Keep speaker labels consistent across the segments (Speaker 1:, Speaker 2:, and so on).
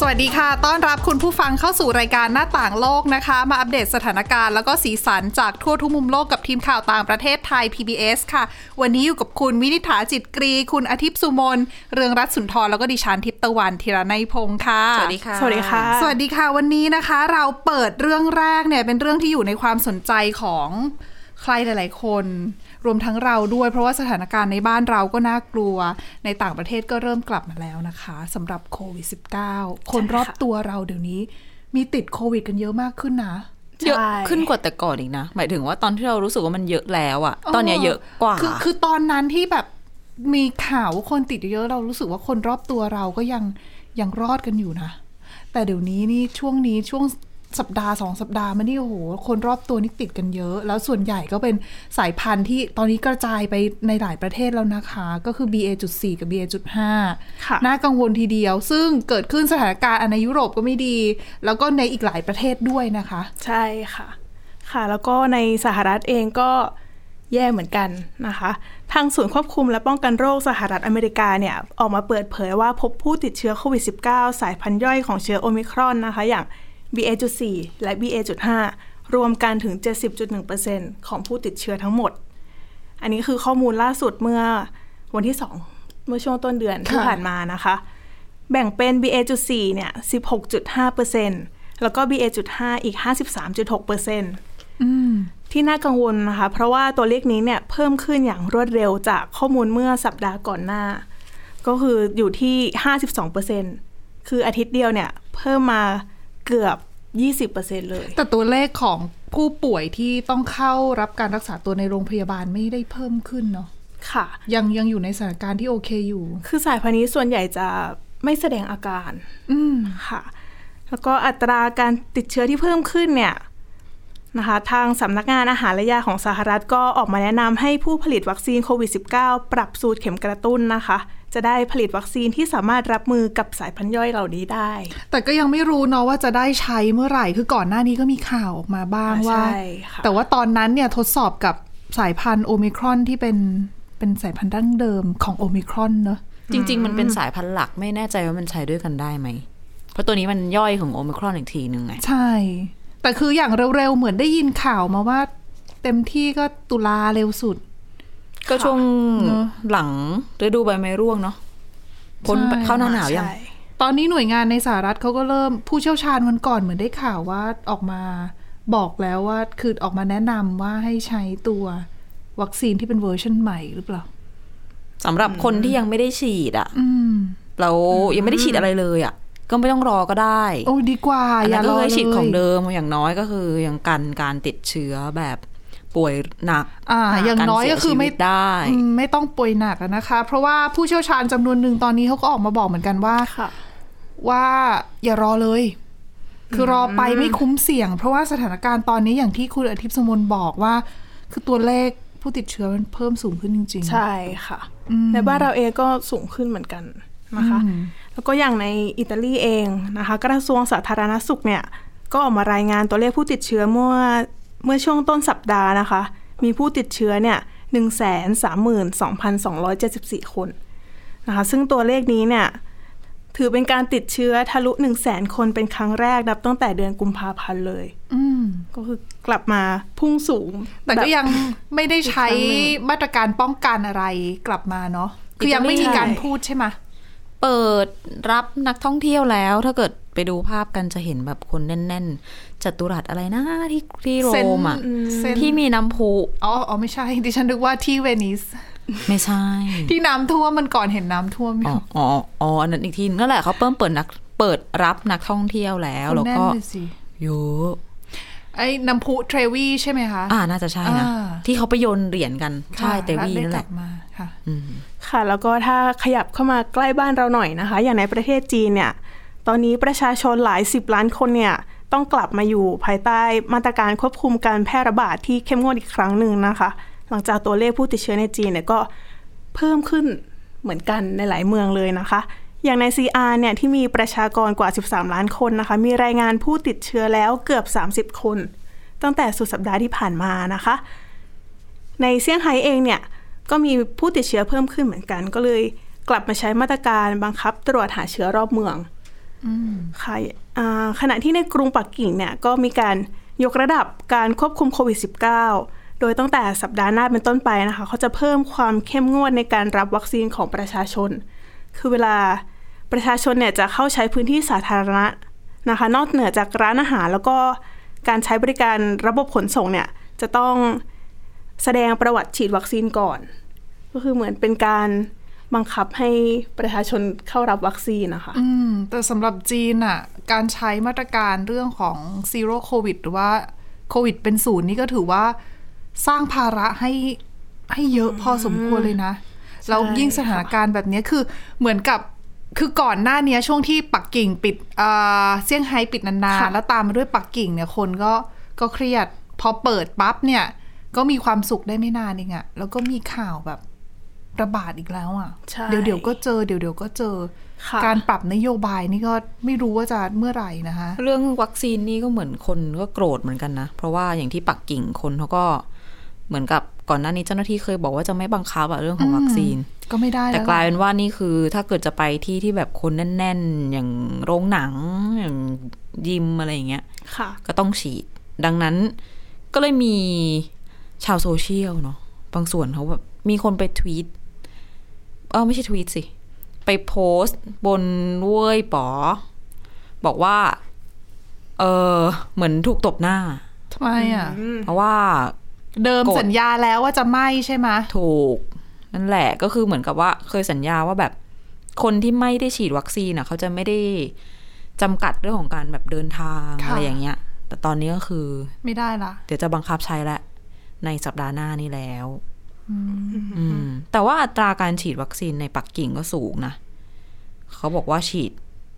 Speaker 1: สวัสดีค่ะ ต้อนรับคุณผู้ฟังเข้าสู่รายการหน้าต่างโลกนะคะ มาอัปเดตสถานการณ์แล้วก็สีสันจากทั่วทุกมุมโลกกับทีมข่าวต่างประเทศไทย PBS ค่ะ วันนี้อยู่กับคุณวินิษฐาจิตกรี คุณอาทิตย์สุมน เรืองรัตน์สุนทร แล้วก็ดิฉันทิพย์ตะวันธีรนัยพงค์ค่ะ
Speaker 2: สวัสดีค่ะ
Speaker 3: สวัสดีค่ะ
Speaker 1: สวัสดีค่ะวันนี้นะคะ เราเปิดเรื่องแรกเนี่ยเป็นเรื่องที่อยู่ในความสนใจของใครหลาย ๆ คน รวมทั้งเราด้วย เพราะว่าสถานการณ์ในบ้านเราก็น่ากลัว ในต่างประเทศก็เริ่มกลับมาแล้วนะคะสำหรับโควิด -19 คนรอบตัวเราเดี๋ยวนี้ มีติดโควิด กันเยอะมากขึ้นนะ
Speaker 3: ใช่
Speaker 2: เยอะขึ้นกว่าแต่ก่อนอีกนะ หมายถึงว่าตอนที่เรารู้สึกว่ามันเยอะแล้วอะตอนเนี้ยเยอะกว่า
Speaker 1: คือคือตอนนั้นที่แบบมีข่าวว่าคนติดเยอะเรารู้สึกว่าคนรอบตัวเราก็ยังยังรอดกันอยู่นะ แต่เดี๋ยวนี้นี่ช่วงนี้ช่วงสัปดาห์สองสัปดาห์มานี่โอ้โหคนรอบตัวนี่ติดกันเยอะ แล้วส่วนใหญ่ก็เป็นสายพันธุ์ที่ตอนนี้กระจายไปในหลายประเทศแล้วนะคะ ก็คือ BA.4 กับ BA.5
Speaker 3: ค่ะ
Speaker 1: น่ากังวลทีเดียว ซึ่งเกิดขึ้นสถานการณ์อันในยุโรปก็ไม่ดี แล้วก็ในอีกหลายประเทศด้วยนะคะ
Speaker 3: ใช่ค่ะ ค่ะ แล้วก็ในสหรัฐเองก็แย่เหมือนกันนะคะ ทางศูนย์ควบคุมและป้องกันโรคสหรัฐอเมริกาเนี่ย ออกมาเปิดเผยว่าพบผู้ติดเชื้อโควิด -19 สายพันธุ์ย่อยของเชื้อโอมิครอนนะคะ อย่าง BA.4 และ BA.5 รวมกันถึง 70.1%ของผู้ติดเชื้อทั้งหมด อันนี้คือข้อมูลล่าสุดเมื่อวันที่ 2 เมื่อช่วงต้นเดือนที่
Speaker 1: ค่ะ
Speaker 3: ผ่านมานะคะ แบ่งเป็น BA.4 เนี่ย 16.5%แล้วก็ BA.5 อีก 53.6%
Speaker 1: อืม
Speaker 3: ที่น่ากังวลนะคะ เพราะว่าตัวเลขนี้เนี่ยเพิ่มขึ้นอย่างรวดเร็วจากข้อมูลเมื่อสัปดาห์ก่อนหน้า ก็คืออยู่ที่ 52%คืออาทิตย์เดียวเนี่ยเพิ่มมาเกือบ 20%เลย
Speaker 1: แต่ตัวเลขของผู้ป่วยที่ต้องเข้ารับการรักษาตัวในโรงพยาบาลไม่ได้เพิ่มขึ้นเนาะ
Speaker 3: ค่ะ
Speaker 1: ยังยังอยู่ในสถานการณ์ที่โอเคอยู่
Speaker 3: คือสายพันธุ์นี้ส่วนใหญ่จะไม่แสดงอาการ
Speaker 1: อืม
Speaker 3: ค่ะแล้วก็อัตราการติดเชื้อที่เพิ่มขึ้นเนี่ยนะคะทางสำนักงานอาหารและยาของสหรัฐก็ออกมาแนะนำให้ผู้ผลิตวัคซีนโควิด -19 ปรับสูตรเข็มกระตุ้นนะคะ จะได้ผลิตวัคซีนที่สามารถรับมือกับสายพันธุ์ย่อยเหล่านี้ได้
Speaker 1: แต่ก็ยังไม่รู้เนาะว่าจะได้ใช้เมื่อไหร่ คือก่อนหน้านี้ก็มีข่าวออกมาบ้าง
Speaker 3: อ่า
Speaker 1: ว่า
Speaker 3: ใช่ค่ะ
Speaker 1: แต่ว่าตอนนั้นเนี่ยทดสอบกับสายพันธุ์โอมิครอนที่เป็นเป็นสายพันธุ์ดั้งเดิมของโอมิครอนเนาะ
Speaker 2: จริง ๆ มันเป็นสายพันธุ์หลักไม่แน่ใจว่ามันใช้ด้วยกันได้ไหม เพราะตัวนี้มันย่อยของโอมิครอนอีกทีหนึ่งไง
Speaker 1: ใช่ แต่คืออย่างเร็วๆ เหมือนได้ยินข่าวมาว่า เต็มที่ก็ตุลาเร็วสุด
Speaker 2: ก็ช่วงหลังฤดูใบไม้ร่วงเนาะพ้น
Speaker 1: ใช่
Speaker 2: เข้าหน้าหนาวยัง
Speaker 3: ใช่
Speaker 1: ตอนนี้หน่วยงานในสหรัฐเขาก็เริ่มผู้เชี่ยวชาญวันก่อนเหมือนได้ข่าวว่าออกมาบอกแล้วว่าคือออกมาแนะนำว่าให้ใช้ตัววัคซีนที่เป็นเวอร์ชันใหม่หรือเปล่า
Speaker 2: สำหรับคนที่ยังไม่ได้ฉีดอะ
Speaker 1: อืม
Speaker 2: เรายังไม่ได้ฉีดอะไรเลยอะก็ไม่ต้องรอก็ได้
Speaker 1: โอ้ดีกว่า
Speaker 2: อัน
Speaker 1: อ
Speaker 2: นั้
Speaker 1: ย่าน
Speaker 2: ก็
Speaker 1: รอ
Speaker 2: เค
Speaker 1: เลย
Speaker 2: ยฉีดของเดิมอย่างน้อยก็คือยังกันการติดเชื้อแบบป่วยหนัก
Speaker 1: อ่า อย่างน้อย
Speaker 2: รเสี
Speaker 1: ก็คือไม่
Speaker 2: ชีวิตได้
Speaker 1: อืมไม่ต้องป่วยหนักอะนะคะ เพราะว่าผู้เชี่ยวชาญจำนวนหนึ่งตอนนี้เขาก็ออกมาบอกเหมือนกันว่า
Speaker 3: ค่ะ
Speaker 1: ว่าอย่ารอเลย คือรอไปไม่คุ้มเสี่ยง เพราะว่าสถานการณ์ตอนนี้อย่างที่คุณอาทิตย์สมนบอกว่า คือตัวเลขผู้ติดเชื้อมันเพิ่มสูงขึ้นจริงๆ
Speaker 3: ใช่ค่ะ ในบ้านเราเองก็สูงขึ้นเหมือนกันนะคะ แล้วก็อย่างในอิตาลีเองนะคะ กระทรวงสาธารณสุขเนี่ยก็ออกมารายงานตัวเลขผู้ติดเชื้อเมื่อเมื่อช่วงต้นสัปดาห์นะคะ มีผู้ติดเชื้อเนี่ยหนึ่งแสนสามหมื่นสองพันสองร้อยเจ็ดสิบสี่คนนะคะซึ่งตัวเลขนี้เนี่ยถือเป็นการติดเชื้อทะลุหนึ่งแสนคนเป็นครั้งแรกนับตั้งแต่เดือนกุมภาพันธ์เลย
Speaker 1: อืม
Speaker 3: ก็คือกลับมาพุ่งสูง
Speaker 1: แต่ก็
Speaker 3: บบ
Speaker 1: ยังไม่ได้ใช้
Speaker 3: อีกครั้งหนึ่ง
Speaker 1: มาตรการป้องกันอะไรกลับมาเนาะคือยังไม่มีการพูดใช่ไหม
Speaker 2: เปิดรับนักท่องเที่ยวแล้ว ถ้าเกิดไปดูภาพกันจะเห็นแบบคนแน่น ๆจัตุรัสอะไรนะที่ที่โร
Speaker 1: เซน
Speaker 2: มอ่ะ
Speaker 1: เซน
Speaker 2: ที่มีน้ำพุ
Speaker 1: อ๋ออ๋อไม่ใช่ ดิฉันนึกว่าที่เวนิส
Speaker 2: ไม่ใช่
Speaker 1: ที่น้ำท่วมมันก่อนเห็นน้ำท่วมอ
Speaker 2: อ๋อยู่ อ๋ออ๋ออันนั้นอีกทีนั่นแหละเขาเพิ่มเปิดนักเปิดรับนักท่องเที่ยวแล้ว
Speaker 1: คน
Speaker 2: แล้ว
Speaker 1: แน่น
Speaker 2: ก็
Speaker 1: เลยสิ
Speaker 2: เยอะ
Speaker 1: ไอ้น้ำพุเทรวีใช่ไหมคะ
Speaker 2: อ่าน่าจะใช่นะ
Speaker 1: อ่า
Speaker 2: ที่เขาไปโยนเหรียญกันใช่
Speaker 1: ค่ะ
Speaker 2: เต
Speaker 1: รั
Speaker 2: วี
Speaker 1: ฐได้
Speaker 2: นั่น
Speaker 1: ก
Speaker 2: แห
Speaker 1: ลั
Speaker 2: ละ
Speaker 1: บมาค่ะ
Speaker 2: อืม
Speaker 3: ค่ะแล้วก็ถ้าขยับเข้ามาใกล้บ้านเราหน่อยนะคะ อย่างในประเทศจีนเนี่ยตอนนี้ประชาชนหลายสิบล้านคนเนี่ยต้องกลับมาอยู่ภายใต้มาตรการควบคุมการแพร่ระบาดที่เข้มงวดอีกครั้งหนึ่งนะคะ หลังจากตัวเลขผู้ติดเชื้อในจีนเนี่ยก็เพิ่มขึ้นเหมือนกันในหลายเมืองเลยนะคะ อย่างใน CR เนี่ยที่มีประชากรกว่า 13 ล้านคนนะคะ มีรายงานผู้ติดเชื้อแล้วเกือบ 30 คน ตั้งแต่สุดสัปดาห์ที่ผ่านมานะคะ ในเซี่ยงไฮ้เองเนี่ยก็มีผู้ติดเชื้อเพิ่มขึ้นเหมือนกัน ก็เลยกลับมาใช้มาตรการบังคับตรวจหาเชื้อรอบเมืองค่ะอ่าขณะที่ในกรุงปักกิ่งเนี่ยก็มีการยกระดับการควบคุมโควิด -19 โดยตั้งแต่สัปดาห์หน้าเป็นต้นไปนะคะเขาจะเพิ่มความเข้มงวดในการรับวัคซีนของประชาชน คือเวลาประชาชนเนี่ยจะเข้าใช้พื้นที่สาธารณะนะคะ นอกเหนือจากร้านอาหารแล้วก็การใช้บริการระบบขนส่งเนี่ยจะต้อง แสดงประวัติฉีดวัคซีนก่อน ก็คือเหมือนเป็นการบังคับให้ประชาชนเข้ารับวัคซีนนะคะ
Speaker 1: อืม แต่สำหรับจีนอ่ะ การใช้มาตรการเรื่องของซีโร่โควิดหรือว่าโควิดเป็นศูนย์นี่ก็ถือว่าสร้างภาระให้ให้เยอะพอสมควรเลยนะ แล้วยิ่งสถานการณ์แบบเนี้ยคือเหมือนกับคือก่อนหน้าเนี้ยช่วงที่ปักกิ่งปิดเอ่อเซี่ยงไฮ้ปิดนาน
Speaker 3: ค่ะ
Speaker 1: ๆ แล้วตามมาด้วยปักกิ่งเนี่ยคนก็ก็เครียด พอเปิดปั๊บเนี่ย ก็มีความสุขได้ไม่นานเองอะแล้วก็มีข่าวแบบระบาดอีกแล้วอะ
Speaker 3: ใช่
Speaker 1: เดี๋ยวเดี๋ยวๆก็เจอเดี๋ยวเดี๋ยวๆก็เจอ
Speaker 3: ค่ะ
Speaker 1: การปรับนโยบายนี่ก็ไม่รู้ว่าจะเมื่อไหร่นะคะ
Speaker 2: เรื่องวัคซีนนี่ก็เหมือนคนก็โกรธเหมือนกันนะ เพราะว่าอย่างที่ปักกิ่งคนเขาก็เหมือนกับก่อนหน้านี้เจ้าหน้าที่เคยบอกว่าจะไม่บังคับอะเรื่องของวัคซีน
Speaker 1: ก็ไม่ได้
Speaker 2: แต่
Speaker 1: แล้ว
Speaker 2: กลายเป็นว่านี่คือถ้าเกิดจะไปที่ที่แบบคนแน่น ๆ อย่างโรงหนังอย่างยิมอะไรอย่างเงี้ย
Speaker 3: ค่ะ
Speaker 2: ก็ต้องฉีด ดังนั้นก็เลยมีชาวโซเชียลเนาะบางส่วนเขาแบบมีคนไปทวีตเออไม่ใช่ทวีตสิ ไปโพสต์บนเว้ยป๋อ บอกว่า เออเหมือนถูกตบหน้า
Speaker 1: ทำไมอ่ะ
Speaker 2: เพราะว่า
Speaker 1: เดิม
Speaker 2: โกรธ
Speaker 1: สัญญาแล้วว่าจะไม่ใช่ไหม
Speaker 2: ถูก นั่นแหละก็คือเหมือนกับว่าเคยสัญญาว่าแบบคนที่ไม่ได้ฉีดวัคซีนอ่ะเขาจะไม่ได้จำกัดเรื่องของการแบบเดินทางอะไรอย่างเงี้ย แต่ตอนนี้ก็คือ
Speaker 1: ไม่ได้ละ
Speaker 2: เดี๋ยวจะบังคับใช้และในสัปดาห์หน้านี้แล้วอืมแต่ว่าอัตราการฉีดวัคซีนในปักกิ่งก็สูงนะ เขาบอกว่าฉีด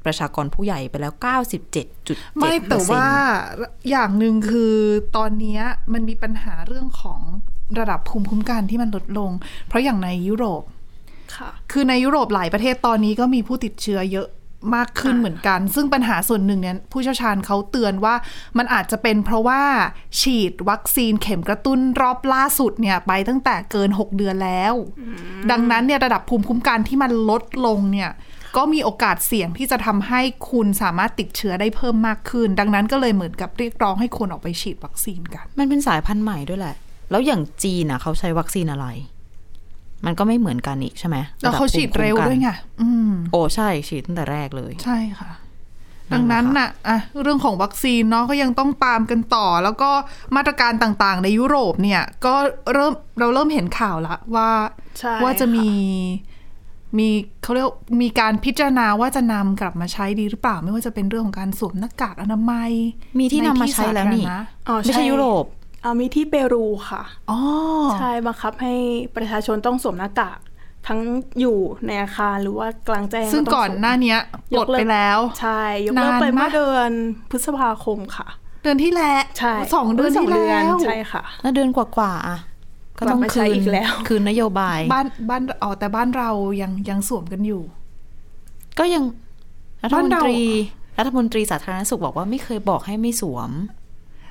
Speaker 2: ประชากรผู้ใหญ่ไปแล้ว 97.7
Speaker 1: ไม่แต่ว่าอย่างหนึ่งคือตอนเนี้ยมันมีปัญหาเรื่องของระดับภูมิคุ้มกันที่มันลดลง เพราะอย่างในยุโรป
Speaker 3: ค่ะ
Speaker 1: คือในยุโรปหลายประเทศตอนนี้ก็มีผู้ติดเชื้อเยอะมากขึ้นเหมือนกัน ซึ่งปัญหาส่วนหนึ่งเนี่ยผู้เชี่ยวชาญเขาเตือนว่ามันอาจจะเป็นเพราะว่าฉีดวัคซีนเข็มกระตุ้นรอบล่าสุดเนี่ยไปตั้งแต่เกิน 6 เดือนแล้ว ดังนั้นเนี่ยระดับภูมิคุ้มกันที่มันลดลงเนี่ยก็มีโอกาสเสี่ยงที่จะทำให้คุณสามารถติดเชื้อได้เพิ่มมากขึ้น ดังนั้นก็เลยเหมือนกับเรียกร้องให้คนออกไปฉีดวัคซีนกัน
Speaker 2: มันเป็นสายพันธุ์ใหม่ด้วยแหละ แล้วอย่างจีนอ่ะเขาใช้วัคซีนอะไร มันก็ไม่เหมือนกันอีกใช่ไหม
Speaker 1: แล้วเขาฉีดเร็วด้วยไงอืม
Speaker 2: โอ้ใช่ฉีดตั้งแต่แรกเลย
Speaker 1: ใช่ค่ะ
Speaker 2: นั่
Speaker 1: ดั
Speaker 2: น
Speaker 1: ง
Speaker 2: แหละค่ะ
Speaker 1: นั้นน่ะอ่ะเรื่องของวัคซีนเนาะก็ยังต้องตามกันต่อ แล้วก็มาตรการต่างๆ ในยุโรปเนี่ย ก็เริ่มเราเริ่มเห็นข่าวละว่า
Speaker 3: ใช่
Speaker 1: ว่าจะ
Speaker 3: ค่ะ
Speaker 1: มีมีเขาเรียกมีการพิจารณาว่าจะนำกลับมาใช้ดีหรือเปล่า ไม่ว่าจะเป็นเรื่องของการสวมหน้ากากอนามัย
Speaker 2: มีที่นำมา
Speaker 1: ที่
Speaker 2: ใช้แล้วนี่
Speaker 1: สาธารณะ
Speaker 3: อ๋อ
Speaker 2: ไม่ใช่ยุโรป
Speaker 3: เอามีที่เปรูค่ะ
Speaker 1: อ๋อ
Speaker 3: ใช่บังคับให้ประชาชนต้องสวมหน้ากากทั้งอยู่ในอาคารหรือว่ากลางแจ้ง
Speaker 1: ซึ่ง
Speaker 3: ต้สวม
Speaker 1: ก่อนหน้าเนี้ยป
Speaker 3: ย
Speaker 1: ลด
Speaker 3: กเก
Speaker 1: ไปแล้ว
Speaker 3: ใช่ยกเลิก
Speaker 1: นาน
Speaker 3: ไปเมื่อ
Speaker 1: มะ
Speaker 3: เดือนพฤษภาคมค่ะ
Speaker 1: เดือนที่แล้ว
Speaker 3: ใช่
Speaker 1: สองเดือน
Speaker 3: สอ
Speaker 1: ที่
Speaker 3: งเดือ
Speaker 1: แล้
Speaker 3: น
Speaker 1: ว
Speaker 3: ใช่ค่ะ
Speaker 2: แล้วเดือนกว่าๆอ่ะก็ต้อง
Speaker 3: กลับมาใช้
Speaker 2: คืน
Speaker 3: อีกแล้ว
Speaker 2: คืนนโยบาย
Speaker 1: บ้านบ้านอ๋อแต่บ้านเรายังยังสวมกันอยู่
Speaker 2: ก็ยังรัฐ
Speaker 1: บ้าน
Speaker 2: มน
Speaker 1: เรา
Speaker 2: ตรีรัฐมนตรีสาธารณสุขบอกว่าไม่เคยบอกให้ไม่สวม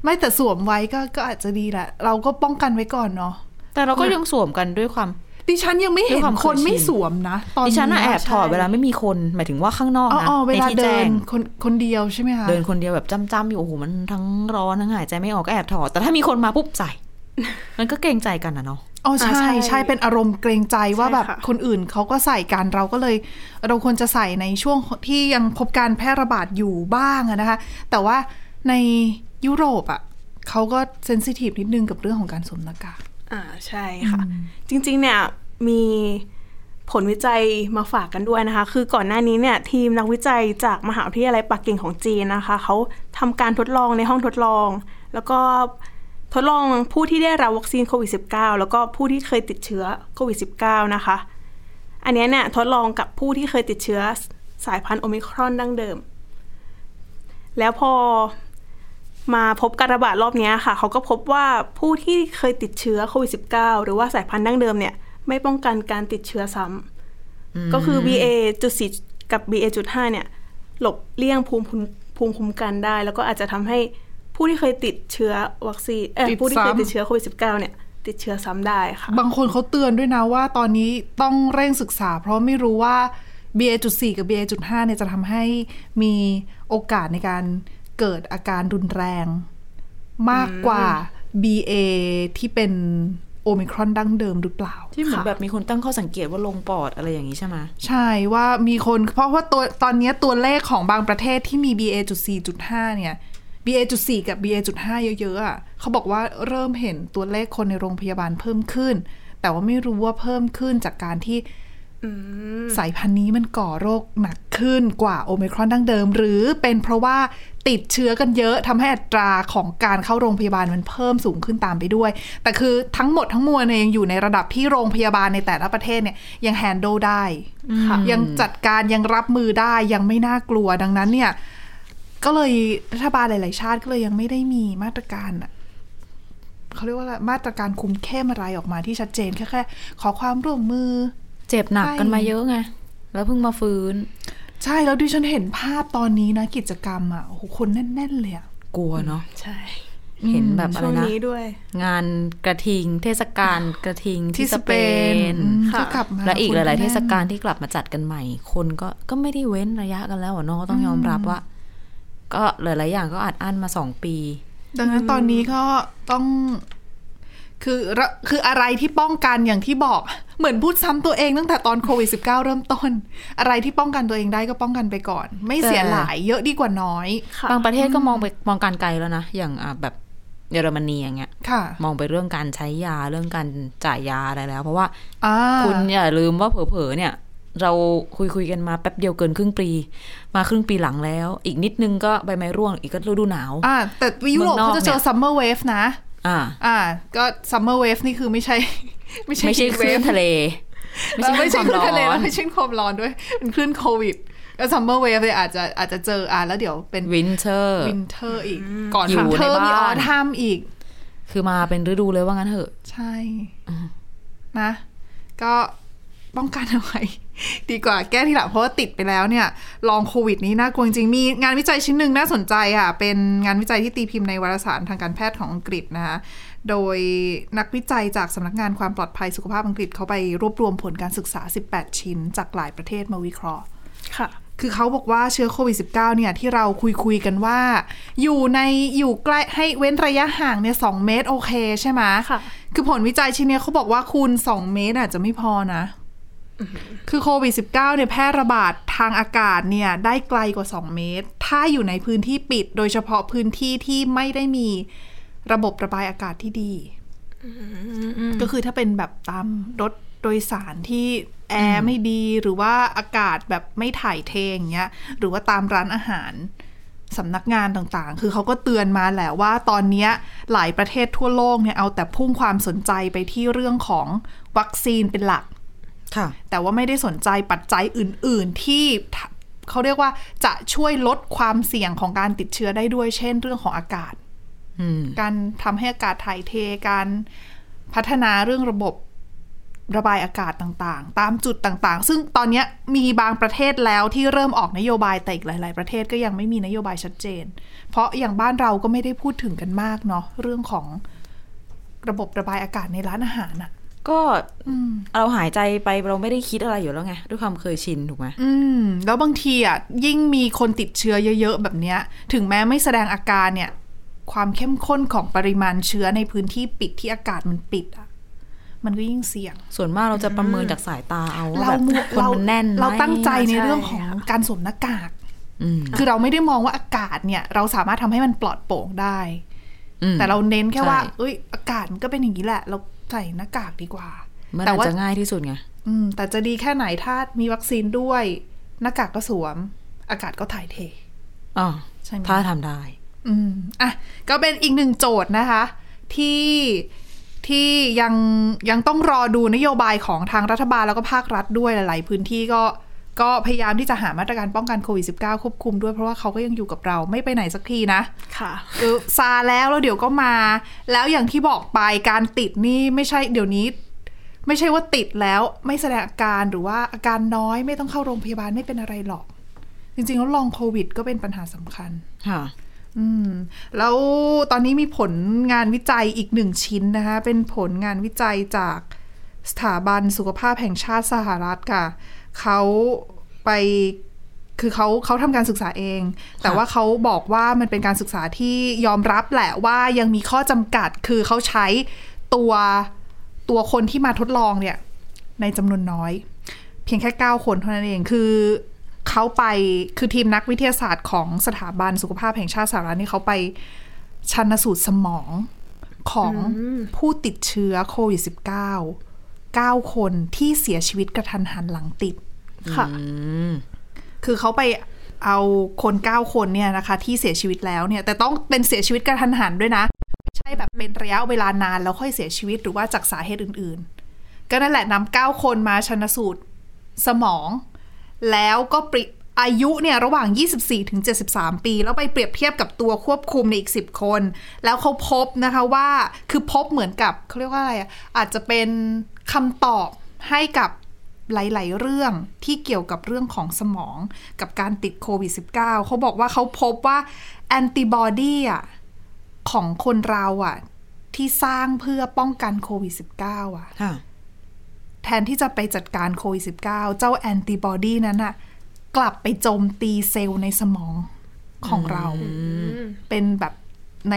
Speaker 1: ไม่แต่สวมไว้ก็ก็อาจจะดีแหละ เราก็ป้องกันไว้ก่อนเนาะ
Speaker 2: แต่เราก็ยังสวมกันด้วยความ
Speaker 1: ดิฉันยังไม่เห็
Speaker 2: ด้วย
Speaker 1: น
Speaker 2: ความ
Speaker 1: คน
Speaker 2: เคยชิน
Speaker 1: ไม่สวมนะ ตอน
Speaker 2: ดิฉันน่ะแอบ
Speaker 1: ใช่
Speaker 2: ถอดเวลาไม่มีคนหมายถึงว่าข้างนอก
Speaker 1: อ๋อ
Speaker 2: นะ
Speaker 1: อ๋อเว
Speaker 2: ใน
Speaker 1: ลา
Speaker 2: ที่
Speaker 1: เดิ
Speaker 2: แจ้
Speaker 1: น
Speaker 2: ง
Speaker 1: คนคนเดียวใช่ไหมคะ
Speaker 2: เดินคนเดียวแบบจ้ำๆอยู่โอ้โหมันทั้งร้อนทั้งหายใจไม่ออกก็แอบถอดแต่ถ้ามีคนมาปุ๊บใส่ มันก็เกรงใจกันนะเนาะ
Speaker 1: อ๋อใช่
Speaker 3: อ่าใช่
Speaker 1: ใช่เป็นอารมณ์เกรงใจว่า
Speaker 3: ใช่
Speaker 1: แบบ
Speaker 3: ค่ะ
Speaker 1: คนอื่นเขาก็ใส่กันเราก็เลย เราควรจะใส่ในช่วงที่ยังพบการแพร่ระบาดอยู่บ้างอะนะคะ แต่ว่าในยุโรปอ่ะเขาก็เซนซิทีฟนิดนึงกับเรื่องของการสวมหน้ากาก
Speaker 3: อ่าใช่ค่ะ จริงๆเนี่ยมีผลวิจัยมาฝากกันด้วยนะคะ คือก่อนหน้านี้เนี่ยทีมนักวิจัยจากมหาวิทยาลัยปักกิ่งของจีนนะคะเขาทำการทดลองในห้องทดลอง แล้วก็ทดลองผู้ที่ได้รับวัคซีนโควิด -19 แล้วก็ผู้ที่เคยติดเชื้อโควิด -19 นะคะ อันเนี้ยเนี่ยทดลองกับผู้ที่เคยติดเชื้อสายพันธุ์โอมิครอนดั้งเดิม แล้วพอ มาพบการระบาดรอบเนี้ยค่ะ เขาก็พบว่าผู้ที่เคยติดเชื้อโควิด -19 หรือว่าสายพันธุ์ดั้งเดิมเนี่ย ไม่ป้องกันการติดเชื้อซ้ำก็คือ BA.4 กับ BA.5 เนี่ยหลบเลี่ยงภูมิคุ้มภูมิคุ้มกันได้ แล้วก็อาจจะทำให้ผู้ที่เคยติดเชื้อวัคซีนเอ่อ
Speaker 1: ติด
Speaker 3: ผู้ที่เคย
Speaker 1: ซ้ำ
Speaker 3: ติดเชื้อโควิด -19 เนี่ยติดเชื้อซ้ำได้ค่ะ
Speaker 1: บางคนเขาเตือนด้วยนะว่าตอนนี้ต้องเร่งศึกษา เพราะไม่รู้ว่า BA.4 กับ BA.5 เนี่ยจะทำให้มีโอกาสในการเกิดอาการรุนแรง มากกว่า BA ที่เป็นโอมิครอนดั้งเดิมหรือเปล่า
Speaker 2: ที่เหมือน
Speaker 1: ค่ะ
Speaker 2: แบบมีคนตั้งข้อสังเกตว่าลงปอดอะไรอย่างนี้ใช่ไหม
Speaker 1: ใช่ว่ามีคนเพราะว่าตัวตอนเนี้ยตัวเลขของบางประเทศที่มี BA.4.5 เนี่ย BA.4 กับ BA.5 เยอะๆอ่ะเขาบอกว่าเริ่มเห็นตัวเลขคนในโรงพยาบาลเพิ่มขึ้น แต่ว่าไม่รู้ว่าเพิ่มขึ้นจากการที่สายพันธุ์นี้มันก่อโรคหนักขึ้นกว่าโอเมกรอนดั้งเดิม หรือเป็นเพราะว่าติดเชื้อกันเยอะทำให้อัตราของการเข้าโรงพยาบาลมันเพิ่มสูงขึ้นตามไปด้วย แต่คือทั้งหมดทั้งมวลเนี่ยยังอยู่ในระดับที่โรงพยาบาลในแต่ละประเทศเนี่ยยังแฮนด์ลได้
Speaker 3: ค่ะ
Speaker 1: ยังจัดการยังรับมือได้ยังไม่น่ากลัวดังนั้นเนี่ย ก็เลยรัฐบาลหลาย ๆ ชาติก็เลยยังไม่ได้มีมาตรการอะเขาเรียกว่าอะไรมาตรการคุมเข้มอะไรออกมาที่ชัดเจนแค่แค่ขอความร่วมมือ
Speaker 2: เจ็บหนักกัน
Speaker 1: ใช่
Speaker 2: มาเยอะไง แล้วเพิ่งมาฟื้น
Speaker 1: ใช่แล้วดิฉันเห็นภาพตอนนี้นะ กิจกรรมอะโอ้โหคนแน่น ๆ เลยอะ
Speaker 2: กลัวเนาะ
Speaker 3: ใช่
Speaker 2: เห็นแบบอะไร
Speaker 3: ช่วง
Speaker 2: นะ
Speaker 3: นี้ด้วย
Speaker 2: งานกระทิง เทศกาลกระทิงที่
Speaker 1: ที่
Speaker 2: ส
Speaker 1: ส
Speaker 2: เป
Speaker 1: เป
Speaker 2: น
Speaker 1: นอืม
Speaker 3: ค่ะ
Speaker 1: ก็กลับมา
Speaker 2: และอีกหลาย
Speaker 1: คน
Speaker 2: ๆ
Speaker 1: แน่น
Speaker 2: เทศกาลที่กลับมาจัดกันใหม่ คนก็ก็ไม่ได้เว้นระยะกันแล้วอะเนาะต้องยอมรับว่า ก็หลาย ๆ อย่างก็อัดอั้นมาสองปี
Speaker 1: ดังนั้นตอนนี้ก็ต้อง คือระคืออะไรที่ป้องกันอย่างที่บอก เหมือนพูดซ้ำตัวเองตั้งแต่ตอนโควิด -19 เริ่มต้น อะไรที่ป้องกันตัวเองได้ก็ป้องกันไปก่อน ไม่เสีย
Speaker 2: แต่
Speaker 1: หลายเยอะดีกว่าน้อย
Speaker 3: ค่ะ
Speaker 2: บางประเทศก็มองไปมองการไกลแล้วนะ อย่างอ่ะแบบเยอรมนีอย่างเงี้ย
Speaker 1: ค่ะ
Speaker 2: มองไปเรื่องการใช้ยาเรื่องการจ่ายยาอะไรแล้ว เพราะว่า
Speaker 1: อ่า
Speaker 2: คุณอย่าลืมว่าเผลอๆเนี่ย เราคุยคุยๆกันมาแป๊บเดียวเกินครึ่งปี มาครึ่งปีหลังแล้ว อีกนิดนึงก็ใบไม้ร่วงอีกก็ฤดูหนาว
Speaker 1: อ่าแต่ยุโรป
Speaker 2: เมืองนอก
Speaker 1: เขาจะเจอ
Speaker 2: เนี่ย
Speaker 1: ซัมเมอร์เวฟนะ
Speaker 2: อ่า
Speaker 1: อ่า ก็ซัมเมอร์เวฟนี่คือไม่ใช่ ไม่ใช่
Speaker 2: ไม่ใช่คลื่น
Speaker 1: ทะ
Speaker 2: ทะเล
Speaker 1: ไม่ใช่ไม่ใช่คลื่นทะเล
Speaker 2: ว
Speaker 1: แล้วไม่ใช่ความร้อนด้วยเป็นคลื่นโควิดแล้วซัมเมอร์เวฟเนี่ยอาจจะอาจจะเจออ่าแล้วเดี๋ยวเป็น
Speaker 2: ินเทอร์
Speaker 1: วินเทอร์อีก ก่อน
Speaker 2: อยู่
Speaker 1: วินเทอร์
Speaker 2: ในบ้าน
Speaker 1: มีออทัมอีก
Speaker 2: คือมาเป็นฤดูเลยว่างั้นเถอะ
Speaker 1: ใช่นะ ก็ป้องกันเอาไว้ ดีกว่าแก้ทีหลังเพราะว่าติดไปแล้วเนี่ย ลองโควิดนี้น่ากลัวจริงๆมีงานวิจัยชิ้นหนึ่งน่าสนใจค่ะ เป็นงานวิจัยที่ตีพิมพ์ในวารสารทางการแพทย์ของอังกฤษนะคะ โดยนักวิจัยจากสำนักงานความปลอดภัยสุขภาพอังกฤษเขาไปรวบรวมผลการศึกษา 18 ชิ้น จากหลายประเทศมาวิเคราะห์
Speaker 3: ค่ะ
Speaker 1: คือเขาบอกว่าเชื้อโควิด -19 เนี่ยที่เราคุยคุยๆกันว่า อยู่ในอยู่ใกล้ให้เว้นระยะห่างเนี่ยสองเมตรโอเคใช่ไหม
Speaker 3: ค่ะ
Speaker 1: คือผลวิจัยชิ้นเนี้ยเขาบอกว่าคูณ 2 เมตรอาจจะไม่พอนะ คือโควิด -19 เนี่ยแพร่ระบาดทางอากาศเนี่ยได้ไกลกว่า 2 เมตร ถ้าอยู่ในพื้นที่ปิด โดยเฉพาะพื้นที่ที่ไม่ได้มีระบบระบายอากาศที่ดี ก็คือถ้าเป็นแบบตามรถโดยสารที่แอร์ไม่ดีหรือว่าอากาศแบบไม่ถ่ายเทอย่างเงี้ยหรือว่าตามร้านอาหารสำนักงานต่างๆ คือเขาก็เตือนมาแหละว่าตอนเนี้ยหลายประเทศทั่วโลกเนี่ยเอาแต่พุ่งความสนใจไปที่เรื่องของวัคซีนเป็นหลัก
Speaker 2: ค่ะ
Speaker 1: แต่ว่าไม่ได้สนใจปัจจัยอื่น ๆ ที่ทะเขาเรียกว่าจะช่วยลดความเสี่ยงของการติดเชื้อได้ด้วย เช่น เรื่องของอากาศ
Speaker 2: อืม
Speaker 1: การทำให้อากาศถ่ายเทการพัฒนาเรื่องระบบระบายอากาศต่างๆ ตามจุดต่างๆ ซึ่งตอนเนี้ยมีบางประเทศแล้วที่เริ่มออกนโยบายแต่อีกหลาย ๆ ประเทศก็ยังไม่มีนโยบายชัดเจน เพราะอย่างบ้านเราก็ไม่ได้พูดถึงกันมากเนาะเรื่องของระบบระบายอากาศในร้านอาหารอะ
Speaker 2: ก็
Speaker 1: อืม
Speaker 2: เราหายใจไปเราไม่ได้คิดอะไรอยู่แล้วไง ด้วยความเคยชินถูกไหม
Speaker 1: อืมแล้วบางทีอ่ะยิ่งมีคนติดเชื้อเยอะ ๆ แบบเนี้ย ถึงแม้ไม่แสดงอาการเนี่ย ความเข้มข้นของปริมาณเชื้อในพื้นที่ปิดที่อากาศมันปิดอ่ะ มันก็ยิ่งเสี่ยง
Speaker 2: ส่วนมากเราจะประเมินจากสายตาเอาว่า
Speaker 1: เรา
Speaker 2: แบบ
Speaker 1: มัว
Speaker 2: คนมันแน่นไหม
Speaker 1: เราตั้งใจใน
Speaker 3: ใช่
Speaker 1: เรื่องของการสวมหน้ากาก
Speaker 2: อืม
Speaker 1: คือเราไม่ได้มองว่าอากาศเนี่ย เราสามารถทำให้มันปลอดโปร่งได้
Speaker 2: อืม
Speaker 1: แต่เราเน้นแค่ว่า
Speaker 2: ใช่
Speaker 1: เอ้ย อากาศมันก็เป็นอย่างนี้แหละ เราใส่หน้ากากดีกว่า
Speaker 2: มัน
Speaker 1: แต่
Speaker 2: อาจ
Speaker 1: ว่า
Speaker 2: จะง่ายที่สุดไง
Speaker 1: อืม แต่จะดีแค่ไหนถ้ามีวัคซีนด้วย หน้ากากก็สวม อากาศก็ถ่ายเท
Speaker 2: อ๋อ
Speaker 1: ใช่ไหม
Speaker 2: ถ้าทำได้
Speaker 1: อืมอ่ะก็เป็นอีกหนึ่งโจทย์นะคะ ที่ที่ยังยังต้องรอดูนโยบายของทางรัฐบาลแล้วก็ภาครัฐด้วยหลายๆ พื้นที่ก็ก็พยายามที่จะหามาตรการป้องกันโควิด -19 ควบคุมด้วยเพราะว่าเขาก็ยังอยู่กับเราไม่ไปไหนสักทีนะ
Speaker 3: ค่ะ
Speaker 1: เออซาแล้วแล้วเดี๋ยวก็มา แล้วอย่างที่บอกไปการติดนี่ไม่ใช่เดี๋ยวนี้ ไม่ใช่ว่าติดแล้วไม่แสดงอาการหรือว่าอาการน้อยไม่ต้องเข้าโรงพยาบาลไม่เป็นอะไรหรอก จริงๆแล้วลองโควิด ก็เป็นปัญหาสำคัญ
Speaker 2: ค่ะ
Speaker 1: อืมแล้วตอนนี้มีผลงานวิจัยอีกหนึ่งชิ้นนะคะ เป็นผลงานวิจัยจากสถาบันสุขภาพแห่งชาติสหรัฐค่ะ เขาไปคือเขาเขาทำการศึกษาเอง แต่ว่าเขาบอกว่ามันเป็นการศึกษาที่ยอมรับแหละว่ายังมีข้อจำกัด คือเขาใช้ตัวตัวคนที่มาทดลองเนี่ย ในจำนวนน้อย เพียงแค่ 9 คนเท่านั้นเองคือเขาไปคือทีมนักวิทยาศาสตร์ของสถาบันสุขภาพแห่งชาติสหรัฐนี่เขาไปชันสูตรสมองของผู้ติดเชื้อโควิด -19 9 คนที่เสียชีวิตกระทันหันหลังติด
Speaker 3: ค่ะ
Speaker 1: คือเขาไปเอาคนเก้าคนเนี่ยนะคะ ที่เสียชีวิตแล้วเนี่ย แต่ต้องเป็นเสียชีวิตกระทันหันด้วยนะ ไม่ใช่แบบเป็นระยะเวลานานแล้วค่อยเสียชีวิตหรือว่าจากสาเหตุอื่นๆ ก็นั่นแหละนำเก้าคนมาชันสูตรสมอง แล้วก็ปริอายุเนี่ยระหว่าง 24ถึง73 ปี แล้วไปเปรียบเทียบกับตัวควบคุมในอีก 10 คน แล้วเขาพบนะคะว่าคือพบเหมือนกับเขาเรียกว่าอะไรอะอาจจะเป็นคำตอบให้กับ หลาย ๆ เรื่องที่เกี่ยวกับเรื่องของสมองกับการติดโควิด -19 เขาบอกว่าเขาพบว่าแอนติบอดีอ่ะของคนเราอ่ะ ที่สร้างเพื่อป้องกันโควิด -19 อ่ะ
Speaker 2: ค่ะ
Speaker 1: แทนที่จะไปจัดการโควิด -19 เจ้าแอนติบอดีนั้นอ่ะ กลับไปโจมตีเซลล์ในสมองของเรา เป็นแบบใน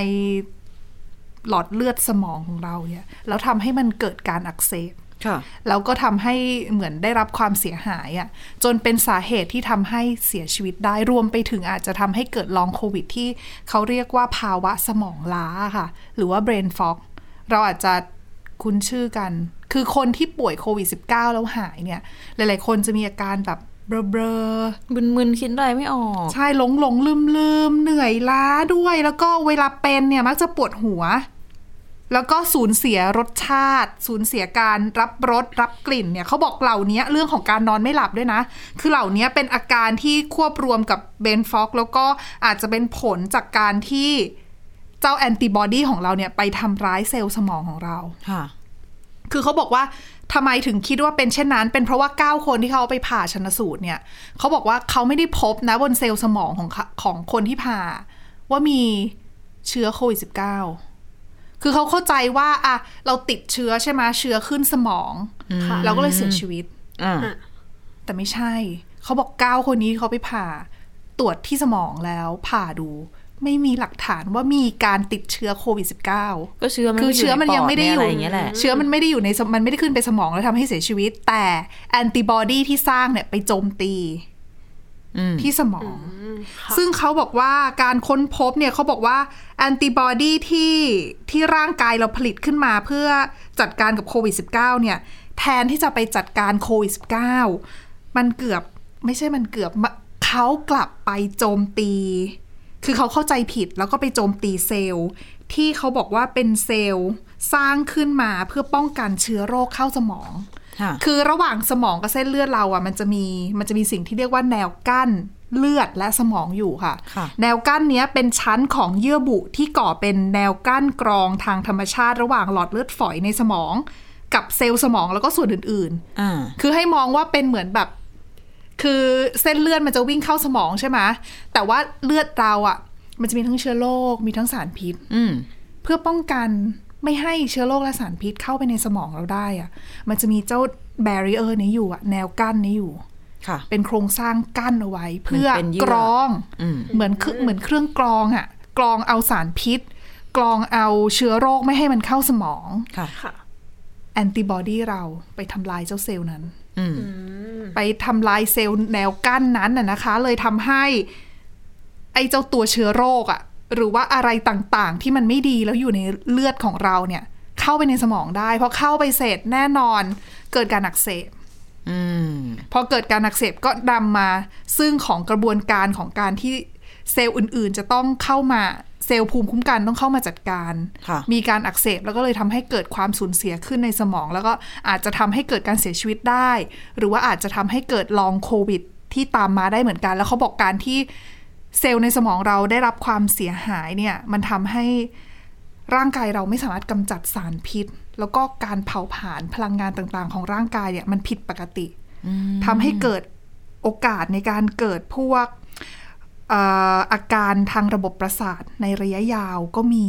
Speaker 1: หลอดเลือดสมองของเราเนี่ยแล้วทำให้มันเกิดการอักเสบ
Speaker 2: ค่ะ
Speaker 1: แล้วก็ทำให้เหมือนได้รับความเสียหายอะ่ะจนเป็นสาเหตุที่ทำให้เสียชีวิตได้รวมไปถึงอาจจะทำให้เกิดลองโควิดที่เขาเรียกว่าภาวะสมองล้าค่ะ หรือว่า brain fog เราอาจจะคุ้นชื่อกัน คือคนที่ป่วยโควิด -19 แล้วหายเนี่ย หลายๆ คนจะมีอาการแบบเบลอๆ
Speaker 2: มึนๆคิดอะไรไม่ออก
Speaker 1: ใช่หลงหลงลืมลืมเหนื่อยล้าด้วย แล้วก็เวลาเป็นเนี่ยมักจะปวดหัว แล้วก็สูญเสียรสชาติ สูญเสียการรับรสรับกลิ่นเนี่ยเขาบอกเหล่านี้เรื่องของการนอนไม่หลับด้วยนะ คือเหล่านี้เป็นอาการที่ควบรวมกับเบนฟอกแล้วก็อาจจะเป็นผลจากการที่เจ้าแอนติบอดีของเราเนี่ยไปทำร้ายเซลล์สมองของเรา
Speaker 2: ค่ะ
Speaker 1: คือเขาบอกว่าทำไมถึงคิดว่าเป็นเช่นนั้น เป็นเพราะว่า 9 คนที่เขาเอาไปผ่าชนสูตรเนี่ยเขาบอกว่าเขาไม่ได้พบนะบนเซลล์สมองของเขาของคนที่ผ่า ว่ามีเชื้อโควิด -19 คือเขาเข้าใจว่าอะเราติดเชื้อใช่ไหมยเชื้อขึ้นสมอง
Speaker 3: ค่ะ
Speaker 1: เราก็เลยเสียชีวิต
Speaker 2: อ่า
Speaker 1: แต่ไม่ใช่ เขาบอกเก้าคนนี้เขาไปผ่า ตรวจที่สมองแล้วผ่าดู ไม่มีหลักฐานว่ามีการติดเชื้อโควิด -19
Speaker 2: ก็เชื้อมัน
Speaker 1: คือเชื้อมันยังไม่ได้อยู่
Speaker 2: ในปดในอะไรอย่างเงี้ยแหละ
Speaker 1: เชื้อมันไม่ได้อยู่ในสมมันไม่ได้ขึ้นไปสมองแล้วทำให้เสียชีวิต แต่แอนติบอดีที่สร้างเนี่ยไปโจมตี
Speaker 2: อืม
Speaker 1: ที่สมอง ซึ่งเขาบอกว่าการค้นพบเนี่ยเขาบอกว่าแอนติบอดีที่ที่ร่างกายเราผลิตขึ้นมาเพื่อจัดการกับโควิด -19 เนี่ย แทนที่จะไปจัดการโควิด -19 มันเกือบไม่ใช่มันเกือบมะเขากลับไปโจมตี คือเขาเข้าใจผิดแล้วก็ไปโจมตีเซลล์ ที่เขาบอกว่าเป็นเซลล์สร้างขึ้นมาเพื่อป้องกันเชื้อโรคเข้าสมอง
Speaker 2: ค่ะ
Speaker 1: คือระหว่างสมองกับเส้นเลือดเราอ่ะมันจะมีมันจะมีสิ่งที่เรียกว่าแนวกั้นเลือดและสมองอยู่ค่ะ
Speaker 2: ค่ะ
Speaker 1: แนวกั้นเนี้ยเป็นชั้นของเยื่อบุที่ก่อเป็นแนวกั้นกรองทางธรรมชาติ ระหว่างหลอดเลือดฝอยในสมอง กับเซลล์สมองแล้วก็ส่วนอื่น ๆ
Speaker 2: อ่า
Speaker 1: คือให้มองว่าเป็นเหมือนแบบ คือเส้นเลือดมันจะวิ่งเข้าสมองใช่ไหมแต่ว่าเลือดเราอะ่ะ มันจะมีทั้งเชื้อโรคมีทั้งสารพิษ
Speaker 2: อืม
Speaker 1: เพื่อป้องกันไม่ให้เชื้อโรคและสารพิษเข้าไปในสมองเราได้อะ่ะ มันจะมีเจ้าแบร r เออร์นี้อยู่อะแนวกั้นนี้อยู่
Speaker 2: ค่ะ
Speaker 1: เป็นโครงสร้างกั้นเอาไว้ เพื่อ
Speaker 2: เป็นเยื่อ
Speaker 1: กรอง
Speaker 2: อืม
Speaker 1: เหมือนเครื่องเหมือนเครื่องกรองอะ่ะ กรองเอาสารพิษ กรองเอาเชื้อโรคไม่ให้มันเข้าสมอง
Speaker 2: ค่ะ
Speaker 3: ค่ะ
Speaker 1: แอนติบอดีเราไปทำลายเจ้าเซลล์นั้น
Speaker 2: อืม
Speaker 1: ไปทำลายเซลล์แนวกั้นนั้นน่ะนะคะ เลยทำให้ ไอ้เจ้าตัวเชื้อโรคอะหรือว่าอะไรต่างๆ ที่มันไม่ดีแล้วอยู่ในเลือดของเราเนี่ย เข้าไปในสมองได้พอเข้าไปเสร็จแน่นอน เกิดการอักเสบ
Speaker 2: อืม
Speaker 1: พอเกิดการอักเสบก็นำมาซึ่งของกระบวนการของการที่เซลล์อื่นๆ จะต้องเข้ามาเซลล์ภูมิคุ้มกันต้องเข้ามาจัดการ
Speaker 2: ค่ะ
Speaker 1: มีการอักเสบแล้วก็เลยทำให้เกิดความสูญเสียขึ้นในสมอง แล้วก็อาจจะทำให้เกิดการเสียชีวิตได้ หรือว่าอาจจะทำให้เกิดลองโควิดที่ตามมาได้เหมือนกัน แล้วเขาบอกการที่เซลล์ในสมองเราได้รับความเสียหายเนี่ย มันทำให้ร่างกายเราไม่สามารถกำจัดสารพิษ แล้วก็การเผาผลาญพลังงานต่างๆ ของร่างกายเนี่ยมันผิดปกติทำให้เกิดโอกาสในการเกิดพวกเอ่ออาการทางระบบประสาทในระยะยาวก็มี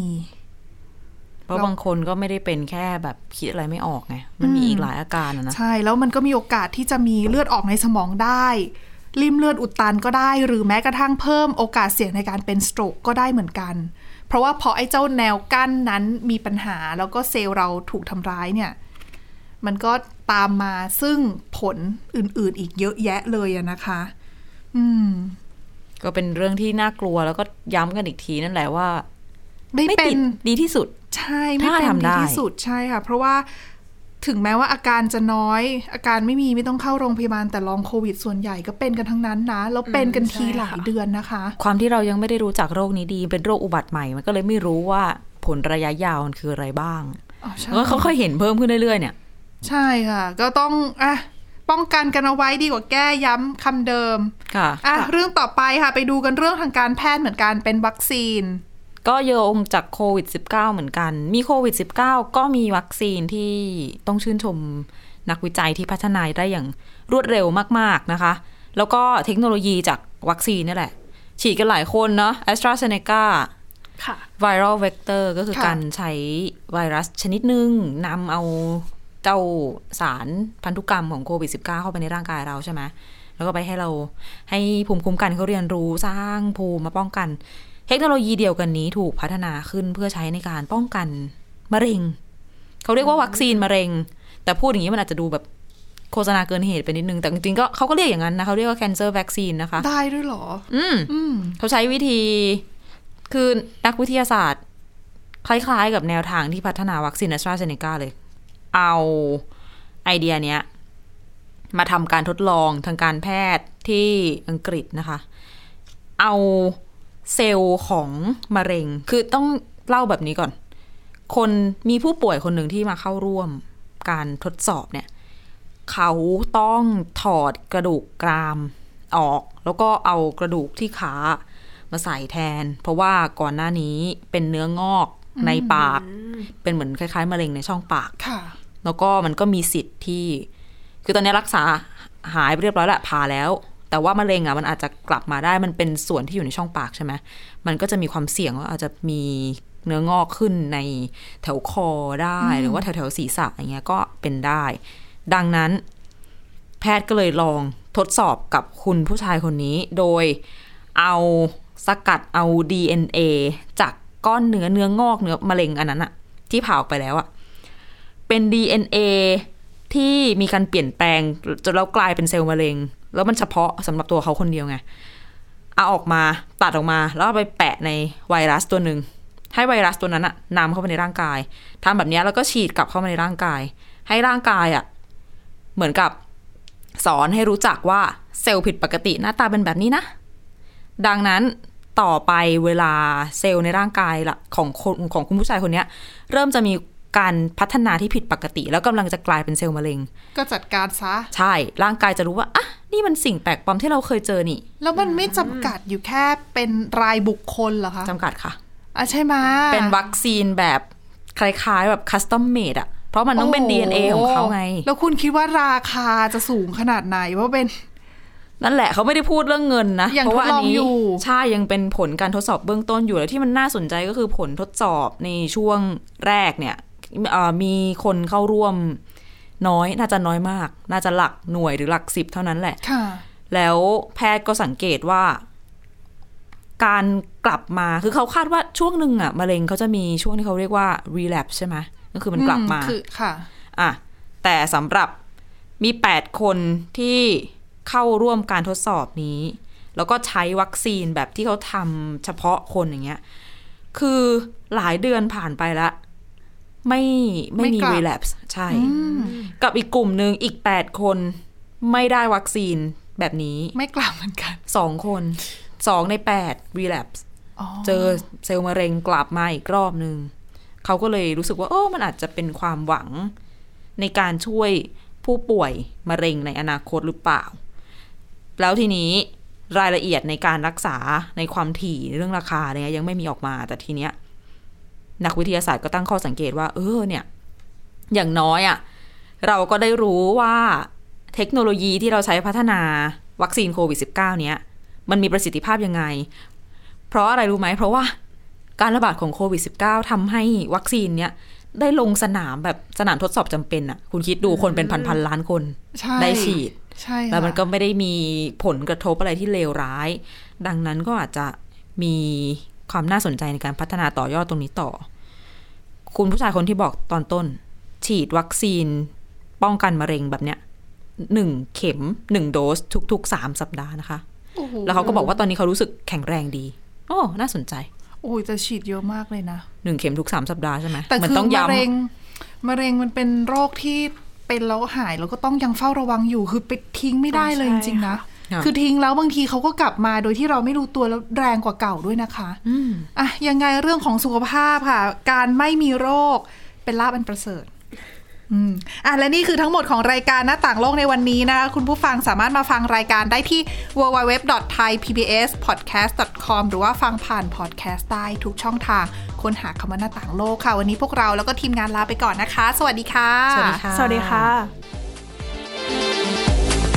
Speaker 2: เพราะบางคนก็ไม่ได้เป็นแค่แบบคิดอะไรไม่ออกไง มันมีอีกหลายอาการอะนะ
Speaker 1: ใช่ แล้วมันก็มีโอกาสที่จะมีเลือดออกในสมองได้ริมเลือดอุดตันก็ได้ หรือแม้กระทั่งเพิ่มโอกาสเสี่ยงในการเป็นสโตรกก็ได้เหมือนกัน เพราะว่าพอไอ้เจ้าแนวกั้นนั้นมีปัญหาแล้วก็เซลล์เราถูกทำร้ายเนี่ย มันก็ตามมาซึ่งผลอื่นๆอีกเยอะแยะเลยอะนะคะ อืม
Speaker 2: ก็เป็นเรื่องที่น่ากลัวแล้วก็ย้ำกันอีกทีนั่นแหละว่า
Speaker 1: ไม่
Speaker 2: ไม่
Speaker 1: เป็
Speaker 2: ติด
Speaker 1: น
Speaker 2: ดีที่สุด
Speaker 1: ใช่ ไม่เป็น
Speaker 2: ถ้าทำได้
Speaker 1: ดีที่สุดใช่ค่ะ เพราะว่าถึงแม้ว่าอาการจะน้อย อาการไม่มีไม่ต้องเข้าโรงพยาบาลแต่ลองโควิดส่วนใหญ่ก็เป็นกันทั้งนั้นนะ แล้วเป็นกันที
Speaker 3: ใช่ค่ะ
Speaker 1: หลายเดือนนะคะ
Speaker 2: ความที่เรายังไม่ได้รู้จักโรคนี้ดี เป็นโรคอุบัติใหม่ มันก็เลยไม่รู้ว่าผลระยะยาวมันคืออะไรบ้าง
Speaker 1: อ๋อใช่
Speaker 2: แล้วก็ค่อยๆเห็นเพิ่มขึ้นเรื่อยๆเนี่ย
Speaker 1: ใช่ค่ะ ก็ต้องอ่ะป้องกันกันเอาไว้ดีกว่าแก้ย้ำคำเดิม
Speaker 2: ค่ะ
Speaker 1: อ่ะเรื่องต่อไปค่ะ ไปดูกันเรื่องทางการแพทย์เหมือนกันเป็นวัคซีน
Speaker 2: ก็โยงจากโควิด -19 เหมือนกัน มีโควิด -19 ก็มีวัคซีนที่ต้องชื่นชมนักวิจัยที่พัฒนาได้อย่างรวดเร็วมาก ๆ นะคะ แล้วก็เทคโนโลยีจากวัคซีนนี่แหละ ฉีดกันหลายคนเนาะ a s t r a z e ซ e c a
Speaker 3: ค่ะ
Speaker 2: viral vector ก็คือ
Speaker 1: ค่ะ
Speaker 2: การใช้ไวรัสชนิดหนึ่งนำเอาเจ้าสารพันธุกรรมของโควิด -19 เข้าไปในร่างกายเราใช่ไหม แล้วก็ไปให้เราให้ภูมิคุ้มกันเขาเรียนรู้สร้างภูมิมาป้องกัน เทคโนโลยีเดียวกันนี้ถูกพัฒนาขึ้นเพื่อใช้ในการป้องกันมะเร็ง เขาเรียกว่าวัคซีนมะเร็ง แต่พูดอย่างนี้มันอาจจะดูแบบโฆษณาเกินเหตุไปนิดนึง แต่จริงๆก็เขาก็เรียกอย่างนั้นนะเขาเรียกว่า cancer vaccine นะคะ
Speaker 1: ได้ด้วยเหรอ
Speaker 2: อืม
Speaker 1: อืม
Speaker 2: เขาใช้วิธีคือนักวิทยาศาสตร์ คล้ายๆ กับแนวทางที่พัฒนาวัคซีน a s t r a z เซ e c a เลย เอาไอเดียเนี้ย มาทำการทดลองทางการแพทย์ที่อังกฤษนะคะ เอาเซลล์ของมะเร็ง คือต้องเล่าแบบนี้ก่อน คนมีผู้ป่วยคนหนึ่งที่มาเข้าร่วมการทดสอบเนี่ย เขาต้องถอดกระดูกกรามออก แล้วก็เอากระดูกที่ขามาใส่แทน เพราะว่าก่อนหน้านี้เป็นเนื้องอกในปาก เป็นเหมือนคล้ายๆ มะเร็งในช่องปาก
Speaker 1: ค่ะ
Speaker 2: แล้วก็มันก็มีสิทธิ์ที่ คือตอนนี้รักษาหายไปเรียบร้อยและผ่าแล้ว แต่ว่ามะเร็งอ่ะมันอาจจะกลับมาได้มันเป็นส่วนที่อยู่ในช่องปากใช่ไหมมันก็จะมีความเสี่ยงว่าอาจจะมีเนื้องอกขึ้นในแถวคอได้หรือว่าแถวแถวๆศีรษะอย่างเงี้ยก็เป็นได้ ดังนั้น แพทย์ก็เลยลองทดสอบกับคุณผู้ชายคนนี้ โดยเอาสกัดเอา DNA จากก้อนเนื้อเนื้องอกเนื้อมะเร็งอันนั้นอะที่ผ่าออกไปแล้วอะ เป็น DNA ที่มีการเปลี่ยนแปลงจนแล้วกลายเป็นเซลล์มะเร็ง แล้วมันเฉพาะสำหรับตัวเขาคนเดียวไง เอาออกมาตัดออกมา แล้วเอาไปแปะในไวรัสตัวหนึ่ง ให้ไวรัสตัวนั้นอะนำเข้าไปในร่างกายทำแบบเนี้ยแล้วก็ฉีดกลับเข้ามาในร่างกาย ให้ร่างกายอะเหมือนกับสอนให้รู้จักว่าเซลล์ผิดปกติหน้าตาเป็นแบบนี้นะ ดังนั้นต่อไปเวลาเซลล์ในร่างกายละของคนของคุณผู้ชายคนเนี้ย เริ่มจะมีการพัฒนาที่ผิดปกติ แล้วกำลังจะกลายเป็นเซลล์มะเร็ง
Speaker 1: ก็จัดการซะ
Speaker 2: ใช่ร่างกายจะรู้ว่าอ่ะนี่มันสิ่งแปลกปลอมที่เราเคยเจอนี่
Speaker 1: แล้วมันไม่จำกัดอยู่แค่เป็นรายบุคคลเหรอคะ
Speaker 2: จำกัดค่ะ
Speaker 1: อ่ะใช่ไหมะ
Speaker 2: เป็นวัคซีนแบบคล้าย ๆ แบบคัสตอมเมดอะเพราะมันต้องเป็น
Speaker 1: โโห
Speaker 2: DNA ของเขาไง
Speaker 1: แล้วคุณคิดว่าราคาจะสูงขนาดไหนว่าเป็น
Speaker 2: นั่นแหละเขาไม่ได้พูดเรื่องเงินนะ
Speaker 1: ยัง
Speaker 2: เพราะว่า
Speaker 1: ทดลอง
Speaker 2: นี้
Speaker 1: อยู่
Speaker 2: ใช่ยังเป็นผลการทดสอบเบื้องต้นอยู่แล้วที่มันน่าสนใจก็คือผลทดสอบในช่วงแรกเนี่ยเอ่อมีคนเข้าร่วมน้อยน่าจะน้อยมาก น่าจะหลักหน่วยหรือหลักสิบเท่านั้นแหละ
Speaker 1: ค่ะ
Speaker 2: แล้วแพทย์ก็สังเกตว่า การกลับมาคือเขาคาดว่าช่วงหนึ่งอะมะเร็งเขาจะมีช่วงที่เขาเรียกว่า relapse ใช่ไหมก็คือมันกลับมา
Speaker 1: อืคือค่ะ
Speaker 2: อ่ะแต่สำหรับมี 8 คนที่เข้าร่วมการทดสอบนี้ แล้วก็ใช้วัคซีนแบบที่เขาทำเฉพาะคนอย่างเงี้ย คือหลายเดือนผ่านไปละไม่ไม่มี
Speaker 1: ไม่กลับ
Speaker 2: relapse ใช่ กับอีกกลุ่มหนึ่งอีก 8 คนไม่ได้วัคซีนแบบนี้
Speaker 1: ไม่กลับเหมือนกัน
Speaker 2: สองคนสองในแปด relapse
Speaker 1: อ๋อ
Speaker 2: เจอเซลล์มะเร็งกลับมาอีกรอบหนึ่งเขาก็เลยรู้สึกว่า โอ้มันอาจจะเป็นความหวังในการช่วยผู้ป่วยมะเร็งในอนาคตหรือเปล่า แล้วทีนี้รายละเอียดในการรักษาในความถี่ในเรื่องราคาเนี่ยยังไม่มีออกมาแต่ทีเนี้ย นักวิทยาศาสตร์ก็ตั้งข้อสังเกตว่า เออเนี่ย อย่างน้อยอะเราก็ได้รู้ว่าเทคโนโลยีที่เราใช้พัฒนาวัคซีนโควิด -19 เนี้ยมันมีประสิทธิภาพยังไง เพราะอะไรรู้ไหม เพราะว่าการระบาดของโควิด -19 ทำให้วัคซีนเนี้ยได้ลงสนามแบบสนามทดสอบจำเป็นอะคุณคิดดูคนเป็นพันพันๆล้านคน
Speaker 1: ใช่
Speaker 2: ได้ฉีด
Speaker 1: ใช่
Speaker 2: แล้วมันก็
Speaker 1: ค่ะ
Speaker 2: ไม่ได้มีผลกระทบอะไรที่เลวร้าย ดังนั้นก็อาจจะมีความน่าสนใจในการพัฒนาต่อยอดตรงนี้ต่อ คุณผู้ชายคนที่บอกตอนต้น ฉีดวัคซีนป้องกันมะเร็งแบบเนี้ยหนึ่งเข็มหนึ่งโดสทุกๆสามสัปดาห์นะคะ
Speaker 1: โอ้โห
Speaker 2: แล้วเขาก็บอกว่าตอนนี้เขารู้สึกแข็งแรงดี โอ้ น่าสนใจ
Speaker 1: โอ้ยจะฉีดเยอะมากเลยนะ
Speaker 2: หนึ่งเข็มทุกสามสัปดาห์ใช่ไหม
Speaker 1: แต่
Speaker 2: มัน
Speaker 1: คือ
Speaker 2: ต้องย้
Speaker 1: มะเร็งมะเร็งมันเป็นโรคที่เป็นแล้วหายแล้วก็ต้องยังเฝ้าระวังอยู่คือไปทิ้งไม่ได้เลย
Speaker 3: ใช่
Speaker 1: จริงๆ
Speaker 3: ค่ะ
Speaker 1: นะ
Speaker 2: ำะ
Speaker 1: คือทิ้งแล้วบางทีเขาก็กลับมาโดยที่เราไม่รู้ตัวแล้วแรงกว่าเก่าด้วยนะคะ
Speaker 2: ม
Speaker 1: อ่ะยังไงเรื่องของสุขภาพค่ะ การไม่มีโรคเป็นลาบอันประเสริฐอืมอ่ะและนี่คือทั้งหมดของรายการหน้าต่างโลกในวันนี้นะคะคุณผู้ฟังสามารถมาฟังรายการได้ที่ www.thaipbspodcast.com หรือว่าฟังผ่านพอดแคสต์ได้ทุกช่องทางค้นหาคำว่าหน้าต่างโลกค่ะ วันนี้พวกเราแล้วก็ทีมงานลาไปก่อนนะคะ สวัสดีค่ะ
Speaker 2: สวัสดีค่ะ
Speaker 3: สวัสดีค่ะ